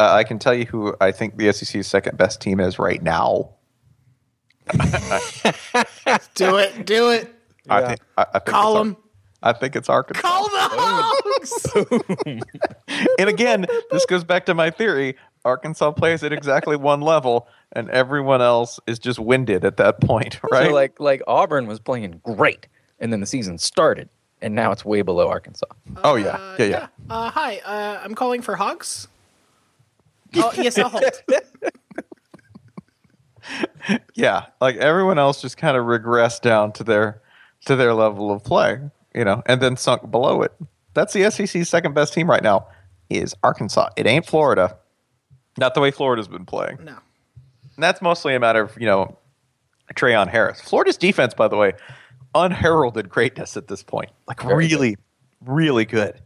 Speaker 1: Uh, I can tell you who I think the SEC's second best team is right now.
Speaker 2: Do it. Do it.
Speaker 1: I
Speaker 3: Yeah.
Speaker 1: think. I, I think
Speaker 2: Call
Speaker 1: it's Ar-
Speaker 2: them.
Speaker 1: I think it's Arkansas.
Speaker 2: Call the hogs.
Speaker 1: and again, this goes back to my theory. Arkansas plays at exactly one level, and everyone else is just winded at that point, right?
Speaker 3: So like like Auburn was playing great, and then the season started, and now it's way below Arkansas.
Speaker 1: oh yeah, yeah, yeah.
Speaker 2: Uh, hi, uh, I'm calling for hogs. Oh, yes, I'll hold.
Speaker 1: yeah like everyone else just kind of regressed down to their to their level of play you know and then sunk below it that's the sec's second best team right now is arkansas it ain't florida not the way florida's been playing
Speaker 2: No.
Speaker 1: and that's mostly a matter of you know Trayon harris florida's defense by the way unheralded greatness at this point like
Speaker 3: Very good.
Speaker 1: really really good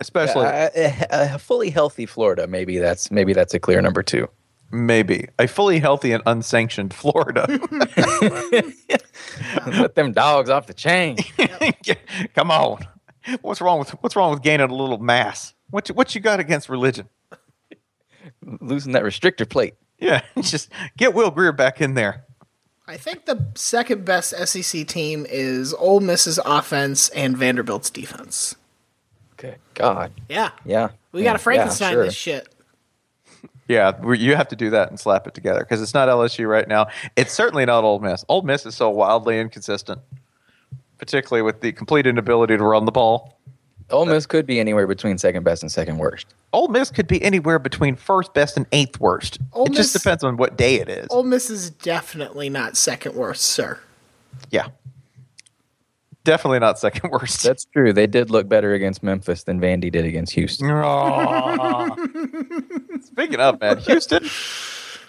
Speaker 1: especially
Speaker 3: Uh, a, a fully healthy Florida, maybe that's maybe that's a clear number two.
Speaker 1: maybe a fully healthy and unsanctioned florida
Speaker 3: Let them dogs off the chain.
Speaker 1: Come on. What's wrong with what's wrong with gaining a little mass? What you, what you got against religion?
Speaker 3: Loosen that restrictor plate.
Speaker 1: Yeah, just get Will Greer back in there.
Speaker 2: I think the second best SEC team is Ole Miss's offense and Vanderbilt's defense.
Speaker 3: Good God.
Speaker 2: Yeah.
Speaker 3: Yeah.
Speaker 2: We
Speaker 3: Yeah,
Speaker 2: got to Frankenstein
Speaker 3: yeah, sure.
Speaker 2: this shit.
Speaker 1: Yeah, we- you have to do that and slap it together because it's not LSU right now. It's certainly not Ole Miss. Ole Miss is so wildly inconsistent, particularly with the complete inability to run the ball.
Speaker 3: Ole Miss could be anywhere between second best and second worst.
Speaker 1: Ole Miss could be anywhere between first best and eighth worst.
Speaker 2: Ole
Speaker 1: it just
Speaker 2: Miss-
Speaker 1: depends on what day it is.
Speaker 2: Ole Miss is definitely not second worst, sir.
Speaker 1: yeah, definitely not second worst.
Speaker 3: That's true. They did look better against Memphis than Vandy did against Houston.
Speaker 1: Speaking of man, Houston,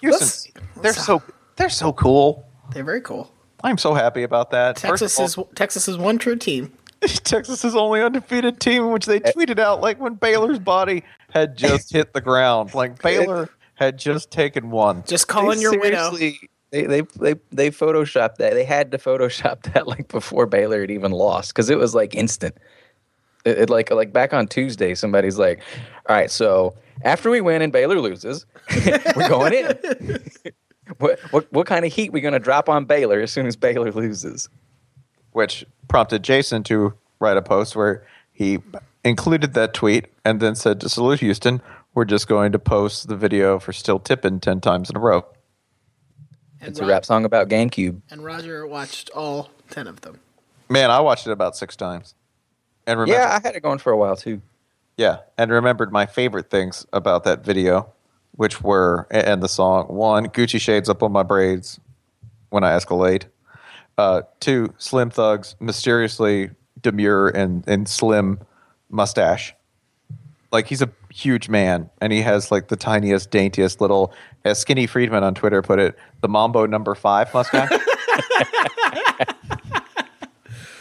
Speaker 1: Houston,
Speaker 2: Let's-
Speaker 1: they're so they're so cool.
Speaker 2: They're very cool.
Speaker 1: I'm so happy about that. First
Speaker 2: Texas
Speaker 1: of
Speaker 2: is Texas is one true team.
Speaker 1: all, Texas is only undefeated team, which they tweeted out like when Baylor's body had just hit the ground, like Baylor had just taken one.
Speaker 2: Just calling your widow.
Speaker 3: They, they they they photoshopped that. They had to photoshop that like before Baylor had even lost because it was like instant. It, it, like like back on Tuesday, somebody's like, "All right, so after we win and Baylor loses, we're going in. what, what what kind of heat we going to drop on Baylor as soon as Baylor loses?"
Speaker 1: which prompted Jason to write a post where he included that tweet and then said to salute Houston, we're just going to post the video for still tipping ten times in a row.
Speaker 2: And,
Speaker 3: It's a
Speaker 2: Ro-
Speaker 3: rap song about GameCube.
Speaker 2: and Roger watched all ten of them.
Speaker 1: Man, I watched it about six times. And remember
Speaker 3: Yeah, I had it going for a while too.
Speaker 1: Yeah, and remembered my favorite things about that video, which were a- and the song one, Gucci shades up on my braids when I escalate. Uh, two, Slim Thug's mysteriously demure and and slim mustache. Like he's a huge man, and he has like the tiniest, daintiest little. As Skinny Friedman on Twitter put it, the Mambo Number Five mustache.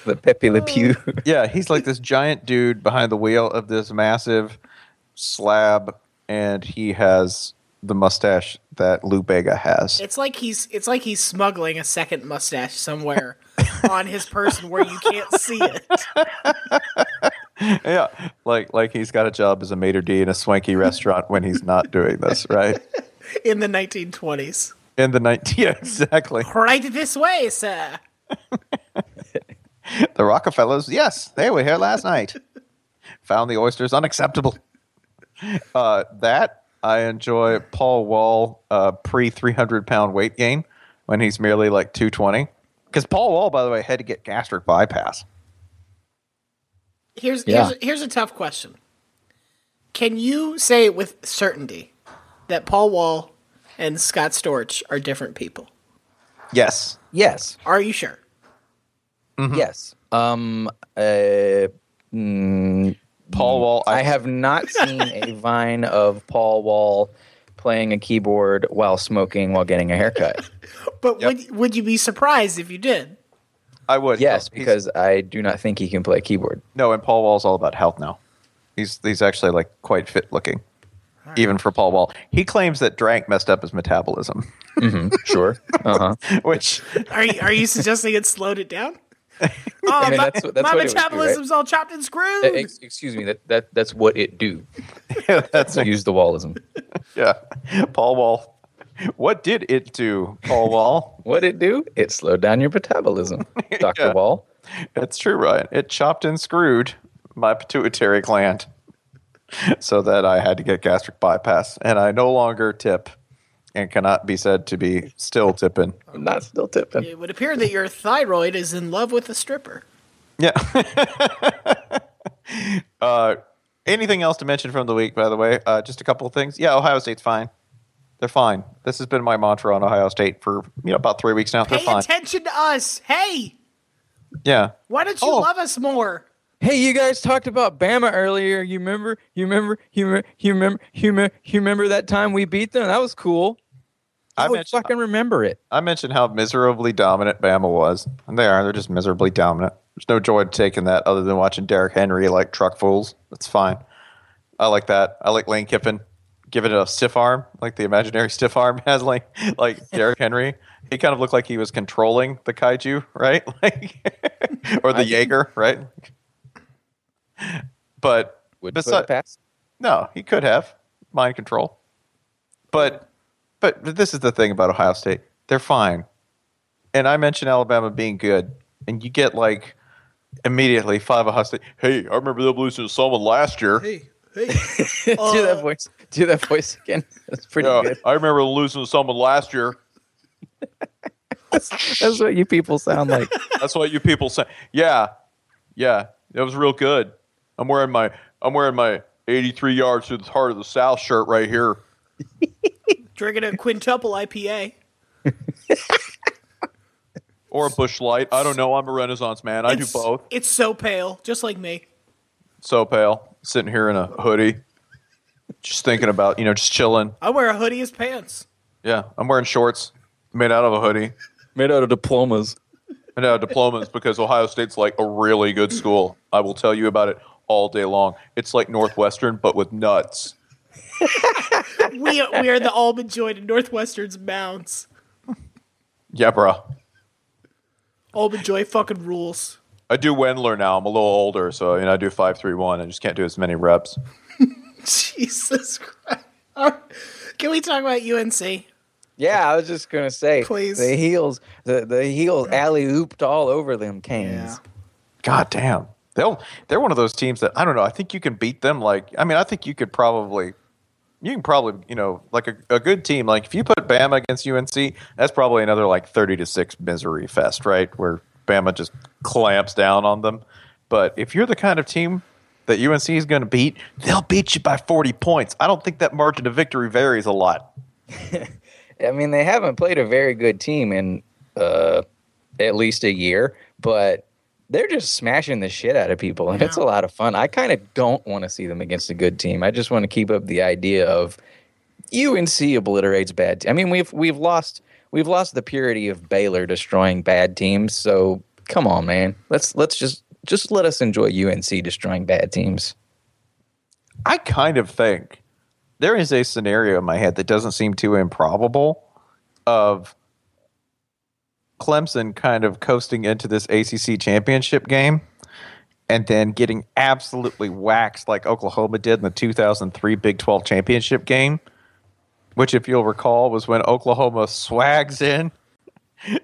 Speaker 3: The Pepe
Speaker 2: Oh.
Speaker 3: Le Pew.
Speaker 1: Yeah, he's like this giant dude behind the wheel of this massive slab, and he has the mustache that Lou Bega has.
Speaker 2: It's like he's it's like he's smuggling a second mustache somewhere on his person where you can't see it.
Speaker 1: yeah, like like he's got a job as a maitre d' in a swanky restaurant when he's not doing this, right?
Speaker 2: in the 1920s.
Speaker 1: In the 19- yeah, exactly.
Speaker 2: Right this way, sir.
Speaker 1: The Rockefellers, yes, they were here last night. Found the oysters unacceptable. Uh, that I enjoy Paul Wall uh, pre 300 pound weight gain when he's merely like 220. Because Paul Wall, by the way, had to get gastric bypass.
Speaker 2: Here's
Speaker 3: Yeah.
Speaker 2: here's, here's a tough question. Can you say with certainty that Paul Wall and Scott Storch are different people?
Speaker 1: Yes.
Speaker 3: yes.
Speaker 2: Are you sure?
Speaker 3: Yes. Um. Uh. mm,
Speaker 1: Paul Wall, I,
Speaker 3: I have not seen a vine of Paul Wall playing a keyboard while smoking while getting a haircut.
Speaker 2: But would would you be surprised if you did?
Speaker 1: I would. He's-
Speaker 3: Yes, because I do not think he can play a keyboard.
Speaker 1: No, and Paul Wall's all about health now. He's, he's actually like quite fit looking, even for Paul Wall. He claims that drank messed up his metabolism,
Speaker 3: Sure. Uh huh.
Speaker 1: which
Speaker 2: Are you are you suggesting it slowed it down? Oh,
Speaker 3: I mean,
Speaker 2: my,
Speaker 3: that's what- that's
Speaker 2: my
Speaker 3: what it would do, right?
Speaker 2: metabolism's all chopped and screwed.
Speaker 3: Ex- excuse me. That, that that's what it do.
Speaker 1: yeah, that's
Speaker 3: To use the wallism.
Speaker 1: yeah. Paul Wall. What did it do, Paul Wall?
Speaker 3: What it do? It slowed down your metabolism, Doctor
Speaker 1: Yeah.
Speaker 3: Wall.
Speaker 1: That's true, Ryan. It chopped and screwed my pituitary gland so that I had to get gastric bypass, and I no longer tip and cannot be said to be still tipping.
Speaker 3: I'm not still tipping.
Speaker 2: It would appear that your thyroid is in love with a stripper.
Speaker 1: Yeah. uh, anything else to mention from the week, by the way? Uh, just a couple of things. Yeah, Ohio State's fine. They're fine. This has been my mantra on Ohio State for you know about three weeks now. They're
Speaker 2: Pay
Speaker 1: fine.
Speaker 2: attention to us. Hey,
Speaker 1: Yeah.
Speaker 2: why don't you
Speaker 1: Oh.
Speaker 2: love us more?
Speaker 3: Hey, you guys talked about Bama earlier. You remember? You remember? You remember? You remember? You remember, you remember that time we beat them? That was cool. I,
Speaker 1: I
Speaker 3: would
Speaker 1: mentioned,
Speaker 3: fucking remember it.
Speaker 1: I mentioned how miserably dominant Bama was, and they are. They're just miserably dominant. There's no joy to taking that other than watching Derrick Henry like truck fools. That's fine. I like that. I like Lane Kiffin giving it a stiff arm, like the imaginary stiff arm has like like Derrick Henry. He kind of looked like he was controlling the kaiju, right? Like or the Jaeger, right? But
Speaker 3: Would
Speaker 1: besi- no, he could have mind control. But but this is the thing about Ohio State. They're fine. And I mentioned Alabama being good, and you get like immediately five Ohio State. Hey, I remember them losing to someone last year.
Speaker 2: Hey, hey.
Speaker 3: do that voice. Do that voice again. That's pretty
Speaker 1: Yeah,
Speaker 3: good.
Speaker 1: I remember losing to someone last year.
Speaker 3: That's what you people sound like.
Speaker 1: That's what you people say. Yeah, yeah, it was real good. I'm wearing my I'm wearing my 83 yards through the heart of the South shirt right here.
Speaker 2: Drinking a quintuple IPA.
Speaker 1: Or a bush light. I don't know. I'm a Renaissance man. I do
Speaker 2: It's-
Speaker 1: both.
Speaker 2: It's so pale, just like me.
Speaker 1: So pale, sitting here in a hoodie, just thinking about you know, just chilling.
Speaker 2: I wear a hoodie as pants.
Speaker 1: Yeah, I'm wearing shorts made out of a hoodie
Speaker 3: Made out of diplomas.
Speaker 1: and out of diplomas because Ohio State's like a really good school. I will tell you about it all day long. It's like Northwestern but with nuts.
Speaker 2: We are, we are the almond joy to Northwestern's mounds.
Speaker 1: Yeah, bruh.
Speaker 2: Almond joy fucking rules.
Speaker 1: I do Wendler now. I'm a little older, so you know, I do five three one. I just can't do as many reps.
Speaker 2: Jesus Christ. Can we talk about UNC?
Speaker 3: Yeah, I was just gonna say.
Speaker 2: Please.
Speaker 3: The heels. The the heels alley ooped all over them canes.
Speaker 1: God damn, they'll they're one of those teams that I don't know. I think you can beat them. Like I mean, I think you could probably you can probably you know like a, a good team. Like if you put Bama against UNC, that's probably another like thirty to six misery fest, right? Where Bama just clamps down on them. But if you're the kind of team that UNC is going to beat, they'll beat you by forty points. I don't think that margin of victory varies a lot.
Speaker 3: I mean, they haven't played a very good team in uh, at least a year, but they're just smashing the shit out of people, and it's a lot of fun. I kind of don't want to see them against a good team. I just want to keep up the idea of UNC obliterates bad. Te- I mean, we've we've lost we've lost the purity of Baylor destroying bad teams. So come on, man, let's let's just just let us enjoy UNC destroying bad teams.
Speaker 1: I kind of think there is a scenario in my head that doesn't seem too improbable of Clemson kind of coasting into this ACC championship game and then getting absolutely waxed like Oklahoma did in the 2003 Big 12 championship game, which, if you'll recall, was when Oklahoma swags in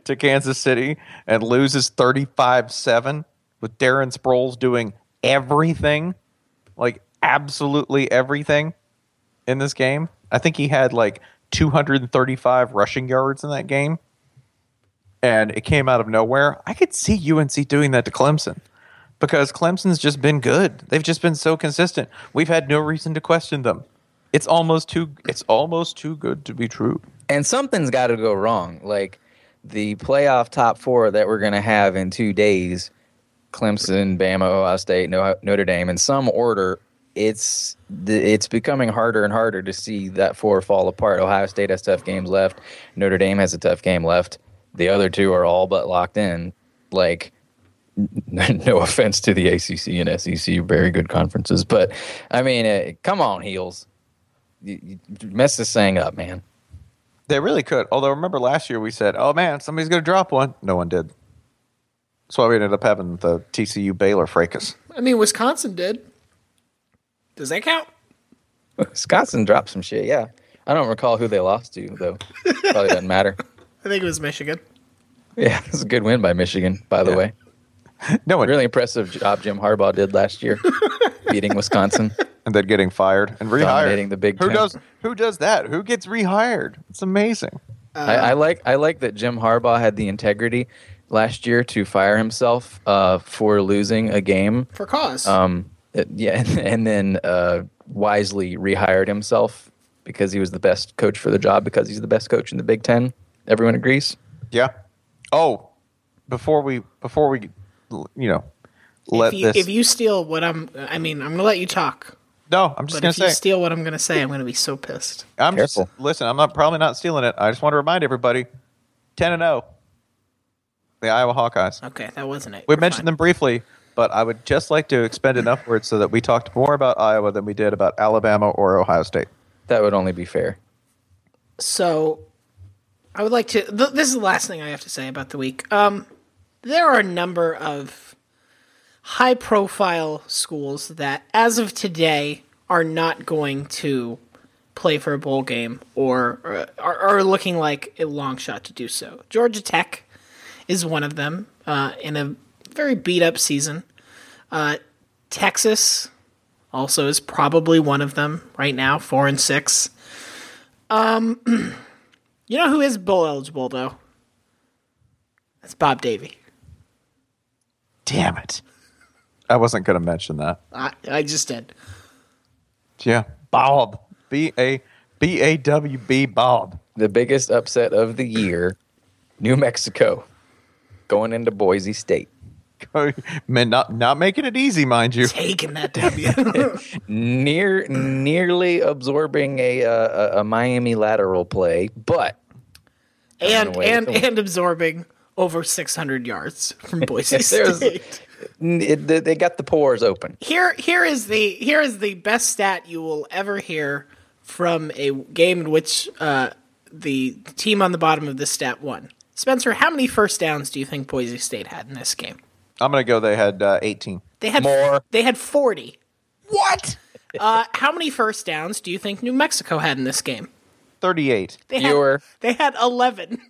Speaker 1: to Kansas City and loses 35 7 with Darren Sproles doing everything like absolutely everything in this game. I think he had like 235 rushing yards in that game, and it came out of nowhere. I could see UNC doing that to Clemson because Clemson's just been good. They've just been so consistent. We've had no reason to question them. It's almost too. It's almost too good to be true.
Speaker 3: and something's got to go wrong. Like the playoff top four that we're going to have in two days: Clemson, Bama, Ohio State, No- Notre Dame, in some order. It's th- it's becoming harder and harder to see that four fall apart. Ohio State has tough games left. Notre Dame has a tough game left. The other two are all but locked in. Like no offense to the ACC and SEC, very good conferences, but I mean, uh, come on, heels, you, you mess this thing up, man.
Speaker 1: They really could. Although remember last year we said, "Oh man, somebody's going to drop one." No one did. That's why we ended up having the TCU Baylor fracas.
Speaker 2: I mean, Wisconsin did. Does that count?
Speaker 3: Wisconsin dropped some shit. Yeah, I don't recall who they lost to though. Probably doesn't matter.
Speaker 2: I think it was Michigan.
Speaker 3: Yeah, it's a good win by Michigan, by the
Speaker 1: Yeah.
Speaker 3: way.
Speaker 1: No one,
Speaker 3: Really impressive job Jim Harbaugh did last year, beating Wisconsin.
Speaker 1: and then getting fired and rehired.
Speaker 3: Dominating the Big
Speaker 1: who
Speaker 3: Ten.
Speaker 1: does who does that? Who gets rehired? It's amazing.
Speaker 3: I, I like I like that Jim Harbaugh had the integrity last year to fire himself uh, for losing a game.
Speaker 2: For cause.
Speaker 1: Uh,
Speaker 3: Um, it- yeah, and, then uh, wisely rehired himself because he was the best coach for the job because he's the best coach in the Big Ten. Everyone agrees.
Speaker 1: Yeah. Oh, before we before we you know let
Speaker 2: if, you,
Speaker 1: this
Speaker 2: if you steal what I'm, I mean, I'm gonna let you talk.
Speaker 1: No, I'm just
Speaker 2: But
Speaker 1: going
Speaker 2: if
Speaker 1: to say
Speaker 2: you steal what I'm gonna say, I'm gonna be so pissed.
Speaker 1: I'm just,
Speaker 3: Careful.
Speaker 1: listen, I'm not probably not stealing it. I just want to remind everybody 10 and 0 the Iowa Hawkeyes.
Speaker 2: Okay, that wasn't it.
Speaker 1: We
Speaker 2: We're
Speaker 1: mentioned
Speaker 2: fine.
Speaker 1: them briefly, but I would just like to expend enough words so that we talked more about Iowa than we did about Alabama or Ohio State.
Speaker 3: That would only be fair.
Speaker 2: So, I would like to. Th- this is the last thing I have to say about the week. Um, there are a number of high-profile schools that, as of today, are not going to play for a bowl game or, or are, are looking like a long shot to do so. Georgia Tech is one of them uh, in a very beat-up season. Uh, Texas also is probably one of them right now, four and six. You know who is bowl eligible though? That's Bob Davy.
Speaker 1: Damn it. I wasn't going to mention that.
Speaker 2: I, I just did.
Speaker 1: Yeah. Bob. B A B A W B Bob.
Speaker 3: The biggest upset of the year: New Mexico going into Boise State.
Speaker 1: Man, not not making it easy, mind you.
Speaker 2: Taking that W.
Speaker 3: near nearly absorbing a, uh, a a Miami lateral play, but
Speaker 2: and
Speaker 3: Wait,
Speaker 2: and
Speaker 3: wait.
Speaker 2: and absorbing over 600 yards from Boise
Speaker 3: There's-
Speaker 2: State.
Speaker 3: n- it, they- they got the pores open.
Speaker 2: Here here is the here is the best stat you will ever hear from a game in which uh, the team on the bottom of this stat won. Spencer, how many first downs do you think Boise State had in this game?
Speaker 1: I'm going to go they had uh, 18.
Speaker 2: They had
Speaker 3: More.
Speaker 2: They had 40.
Speaker 3: What?
Speaker 2: Uh, how many first downs do you think New Mexico had in this game?
Speaker 1: 38.
Speaker 2: They
Speaker 3: You were-
Speaker 2: had, they had 11.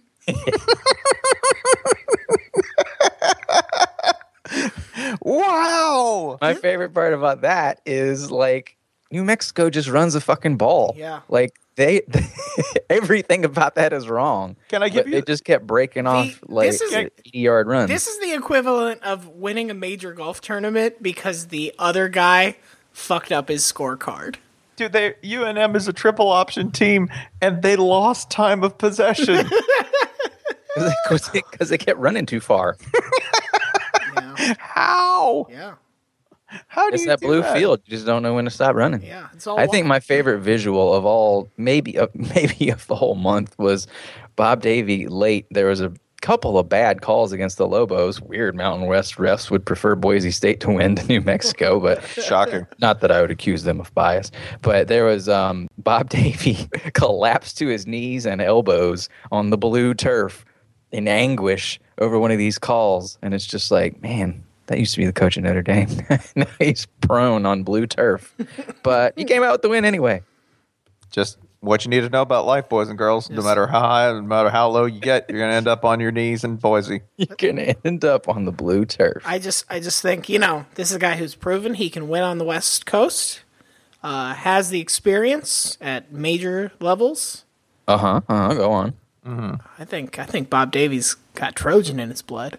Speaker 1: Wow.
Speaker 3: My favorite part about that is like New Mexico just runs a fucking ball.
Speaker 2: Yeah.
Speaker 3: like they, everything about that is wrong.
Speaker 1: Can I give
Speaker 3: But
Speaker 1: you-
Speaker 3: They just kept breaking off like
Speaker 2: this is-
Speaker 3: eighty yard runs.
Speaker 2: This is the equivalent of winning a major golf tournament because the other guy fucked up his scorecard.
Speaker 1: Dude, they UNM is a triple option team, and they lost time of possession.
Speaker 3: because they, 'cause they kept running too far.
Speaker 2: Yeah.
Speaker 1: How?
Speaker 2: Yeah.
Speaker 1: How do
Speaker 3: It's
Speaker 1: you
Speaker 3: that
Speaker 1: do
Speaker 3: blue field. You just don't know when to stop running.
Speaker 2: Yeah. It's all
Speaker 3: I think my favorite visual of all, maybe of maybe of the whole month, was Bob Davy late. There was a couple of bad calls against the Lobos. Weird Mountain West refs would prefer Boise State to win to New Mexico, but
Speaker 1: Shocking.
Speaker 3: not that I would accuse them of bias. But there was um, Bob Davy collapsed to his knees and elbows on the blue turf in anguish over one of these calls, and it's just like, man. That used to be the coach at Notre Dame. now he's prone on blue turf. But he came out with the win anyway.
Speaker 1: Just what you need to know about life, boys and girls. No
Speaker 2: Yes.
Speaker 1: matter how high, no matter how low you get, you're gonna end up on your knees in Boise.
Speaker 3: You're gonna end up on the blue turf.
Speaker 2: I just I just think, you know, this is a guy who's proven he can win on the West Coast, uh, has the experience at major levels.
Speaker 3: Uh huh. Uh huh. Go on.
Speaker 2: I think I think Bob Davies got Trojan in his blood.